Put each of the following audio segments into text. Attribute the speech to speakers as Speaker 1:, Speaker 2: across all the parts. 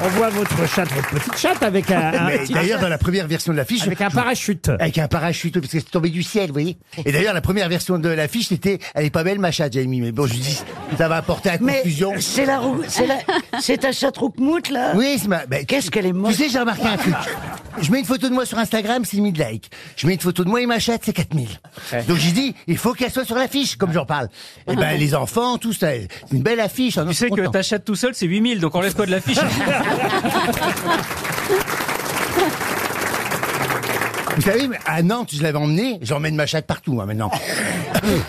Speaker 1: On voit votre chatte, votre petite chatte avec un, un-
Speaker 2: Mais D'ailleurs, dans la première version de l'affiche,
Speaker 1: Ah, avec un Oh. parachute.
Speaker 2: avec un parachute, parce que c'est tombé du ciel, vous voyez. Et d'ailleurs, la première version de l'affiche, c'était « Elle est pas belle, ma chatte, Jamie ». Mais bon, je dis, ça va apporter à
Speaker 3: Mais
Speaker 2: confusion.
Speaker 3: c'est la roue, c'est la, c'est ta chatte roux-moute, là.
Speaker 2: Oui, c'est ma... ben,
Speaker 3: Qu'est-ce qu'elle est
Speaker 2: Tu
Speaker 3: moche.
Speaker 2: sais, j'ai remarqué un truc. Je mets une photo de moi sur Instagram, c'est 1000 likes. Je mets une photo de moi et ma chatte, c'est 4000. Donc j'ai dit, il faut qu'elle soit sur l'affiche, comme j'en parle. Et ben les enfants, tout ça, c'est une belle affiche. hein,
Speaker 4: Tu sais que ta chatte tout seul, c'est 8000, donc enlève-toi de l'affiche.
Speaker 2: Vous savez, à Nantes, je l'avais emmenée, j'emmène ma chatte partout hein, maintenant.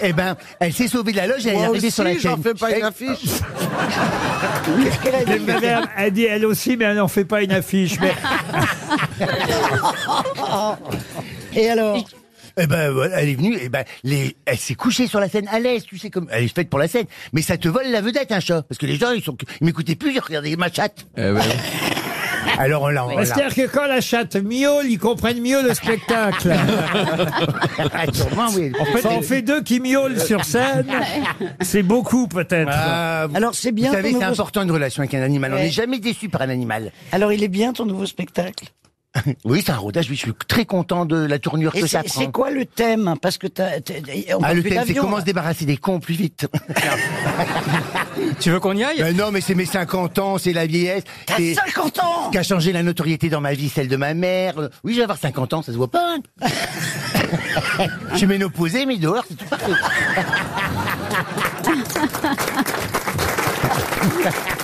Speaker 2: Eh ben, elle s'est sauvée de la loge, elle est arrivée sur la chaîne. Eh. Elle-
Speaker 3: Qu'est-ce qu'elle a dit
Speaker 1: Madame a dit elle aussi, mais elle n'en fait pas une affiche. Mais
Speaker 3: Et alors
Speaker 2: Eh ben, voilà, elle est venue, eh ben, les, elle s'est couchée sur la scène à l'aise, tu sais, comme, elle est faite pour la scène. Mais ça te vole la vedette, un chat. Parce que les gens, ils sont, ils m'écoutaient plus, ils regardaient ma chatte. Alors, on l'a, on l'a.
Speaker 1: c'est-à-dire que quand la chatte miaule, ils comprennent mieux le spectacle.
Speaker 2: Ah, Sûrement, oui.
Speaker 1: Quand on fait deux qui miaulent sur scène, c'est beaucoup peut-être.
Speaker 2: Ah, vous-
Speaker 3: Alors, c'est bien
Speaker 2: Vous savez,
Speaker 3: ton
Speaker 2: c'est
Speaker 3: nouveau-
Speaker 2: important une relation avec un animal. On
Speaker 3: Ouais.
Speaker 2: n'est jamais déçu par un animal.
Speaker 3: Alors, il est bien ton nouveau spectacle
Speaker 2: Oui, c'est un rodage. Oui, je suis très content de la tournure
Speaker 3: Et
Speaker 2: que ça
Speaker 3: c'est,
Speaker 2: prend.
Speaker 3: c'est quoi le thème Parce que t'as, t'as- on
Speaker 2: Ah,
Speaker 3: parle
Speaker 2: le
Speaker 3: plus
Speaker 2: thème, c'est
Speaker 3: d'avion,
Speaker 2: comment
Speaker 3: là.
Speaker 2: se débarrasser des cons plus vite.
Speaker 4: Euh, tu veux qu'on y aille
Speaker 2: Ben non, mais c'est mes 50 ans, c'est la vieillesse.
Speaker 3: T'as
Speaker 2: C'est
Speaker 3: 50 ans
Speaker 2: qui a changé la notoriété dans ma vie, celle de ma mère. Oui, je vais avoir 50 ans, ça se voit pas. hein. je suis ménopausé, mais dehors, c'est tout partout.